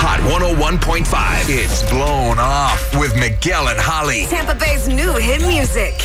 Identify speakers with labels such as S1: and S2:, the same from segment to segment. S1: Hot 101.5. It's blown off with Miguel and Holly.
S2: Tampa Bay's new hit music.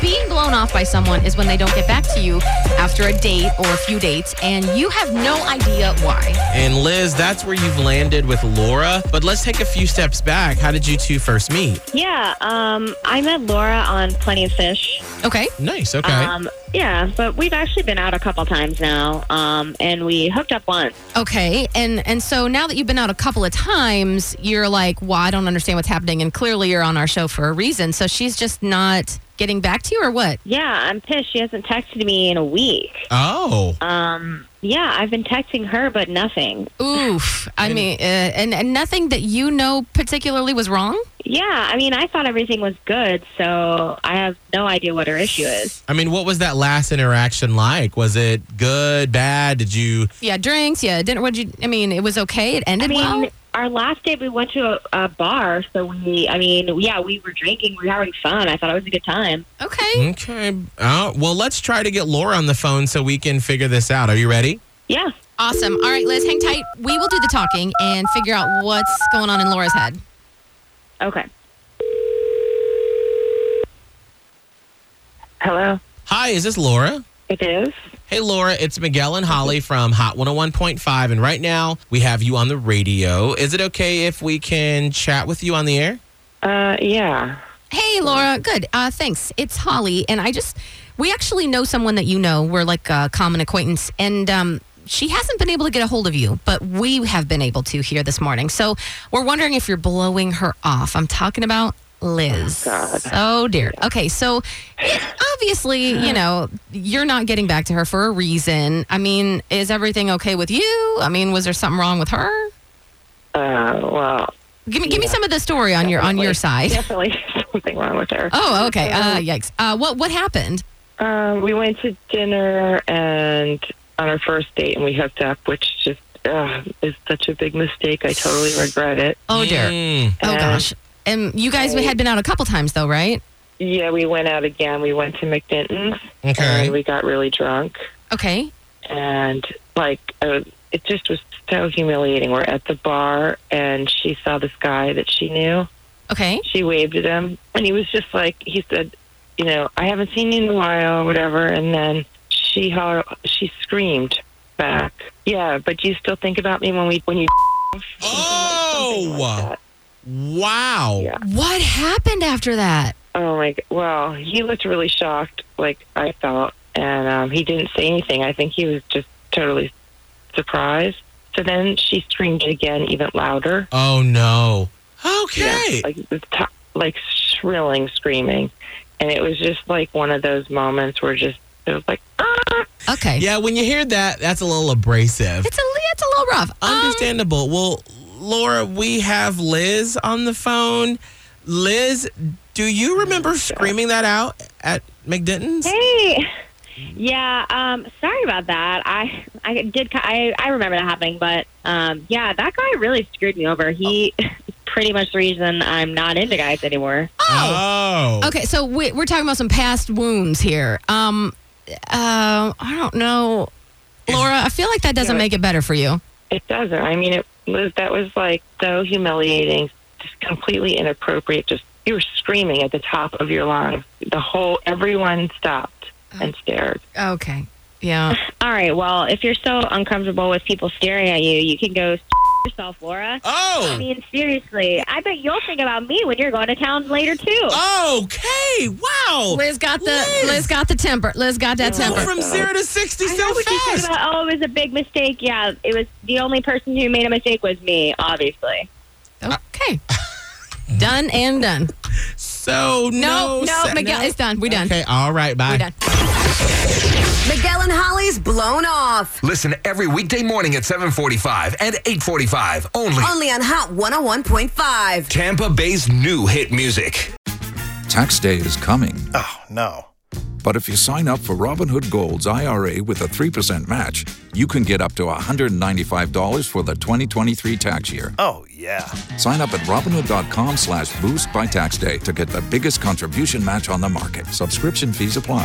S3: Being blown off by someone is when they don't get back to you after a date or a few dates, and you have no idea why.
S4: And Liz, that's where you've landed with Laura. But let's take a few steps back. How did you two first meet?
S5: Yeah, um, I met Laura on Plenty of Fish.
S3: Okay.
S4: Nice. Okay.
S5: Um, yeah, but we've actually been out a couple times now, um, and we hooked up once.
S3: Okay. And and so now that you've been out a couple of times, you're like, well, I don't understand what's happening, and clearly you're on our show for a reason. So she's just not getting back to you, or what?
S5: Yeah, I'm pissed. She hasn't texted me in a week.
S4: oh.
S5: Um, yeah, I've been texting her, but nothing.
S3: Oof. I mean, uh, and and nothing that you know particularly was wrong.
S5: Yeah, I mean, I thought everything was good, so I have no idea what her issue is.
S4: I mean, what was that last interaction like? Was it good, bad? Did you?
S3: Yeah, drinks. Yeah, dinner. What you? I mean, it was okay. It ended
S5: I mean,
S3: well.
S5: our last date we went to a, a bar, so we, I mean, yeah, we were drinking, we were having fun. I thought it was a good time.
S3: Okay.
S4: Okay. Uh, well, let's try to get Laura on the phone so we can figure this out. Are you ready?
S5: Yeah.
S3: Awesome. All right, Liz, hang tight. We will do the talking and figure out what's going on in Laura's head.
S5: Okay.
S6: Hello,
S4: Hi, is this Laura?
S6: it is.
S4: Hey, Laura, it's Miguel and Holly from Hot 101.5. And right now we have you on the radio. Is it okay if we can chat with you on the air?
S6: Uh, yeah.
S3: Hey, Laura. Good. Uh, thanks. It's Holly, and I just we actually know someone that you know. We're like a common acquaintance, and um, she hasn't been able to get a hold of you, but we have been able to here this morning. So we're wondering if you're blowing her off. I'm talking about Liz.
S6: God.
S3: Oh dear. Okay, so it, obviously, you know, you're not getting back to her for a reason. I mean, is everything okay with you? I mean, was there something wrong with her?
S6: Uh, well,
S3: Give me, give me some of the story on your on your side.
S6: definitely something wrong with her.
S3: Oh, okay. Uh, yikes. Uh, what what happened?
S6: Um, we went to dinner and on our first date, and we hooked up, which just uh, is such a big mistake. I totally regret it.
S3: Oh dear.
S4: Mm.
S3: Oh
S6: And,
S3: gosh. And you guys had been out a couple times though, right?
S6: Yeah, we went out again. We went to McDinton's,
S4: Okay.
S6: and Uh, we got really drunk,
S3: Okay.
S6: and like uh, it just was so humiliating. We're at the bar, and she saw this guy that she knew.
S3: Okay.
S6: she waved at him and he was just like he said you know i haven't seen you in a while whatever and then she holler, she screamed back yeah but do you still think about me when we when you
S4: Oh,
S6: that.
S4: wow.
S6: Yeah.
S3: What happened after that?
S6: oh my g- well he looked really shocked like i felt and um, he didn't say anything i think he was just totally surprised so then she screamed again even louder
S4: Oh, no.
S6: Yeah,
S4: Okay.
S6: like the top, like shrilling screaming and it was just like one of those moments where just it was like "Ah!"
S3: Okay.
S4: Yeah, when you hear that, that's a little abrasive.
S3: It's a li- it's a little rough. Um,
S4: Understandable. well, Laura, we have Liz on the phone. Liz, do you remember screaming that out at McDenton's?
S5: Hey. Yeah, um, sorry about that. I I did ki- I I remember that happening, but um, yeah, that guy really screwed me over. He pretty much the reason I'm not into guys anymore.
S3: oh.
S4: Oh.
S3: Okay, so we, we're talking about some past wounds here. Um, uh, I don't know, Laura. I feel like that doesn't
S6: Yeah, but-
S3: make it better for you.
S6: It doesn't. I mean, it was that was like so humiliating, just completely inappropriate. Just you were screaming at the top of your lungs. The whole everyone stopped and
S5: Uh-huh.
S6: stared.
S3: Okay. Yeah.
S5: All right, well, if you're so uncomfortable with people staring at you, you can go yourself, Laura. I
S4: Oh.
S5: mean, seriously, I bet you'll think about me when you're going to town later too.
S4: Oh, Okay. Wow.
S3: Liz got the Liz,
S4: Liz.
S3: got the temper. Liz got that
S4: Go
S3: temper.
S4: from zero to sixty
S5: I know
S4: so
S5: what you said
S4: fast.
S5: about, oh, it was a big mistake. Yeah, it was the only person who made a mistake was me, obviously.
S3: Okay. done and done.
S4: So
S3: No,
S4: no,
S3: no,
S4: se-
S3: Miguel, it's done. We done.
S4: Okay. All right. Bye.
S3: We done.
S2: Miguel and Holly's Blown Off.
S1: Listen every weekday morning at 745 and 845 only.
S2: Only on Hot 101.5.
S1: Tampa Bay's new hit music.
S7: Tax day is coming.
S8: Oh, no.
S7: But if you sign up for Robinhood Gold's IRA with a 3% match, you can get up to $195 for the 2023 tax year.
S8: Oh, yeah.
S7: Sign up at Robinhood.com slash boost by tax day to get the biggest contribution match on the market. Subscription fees apply.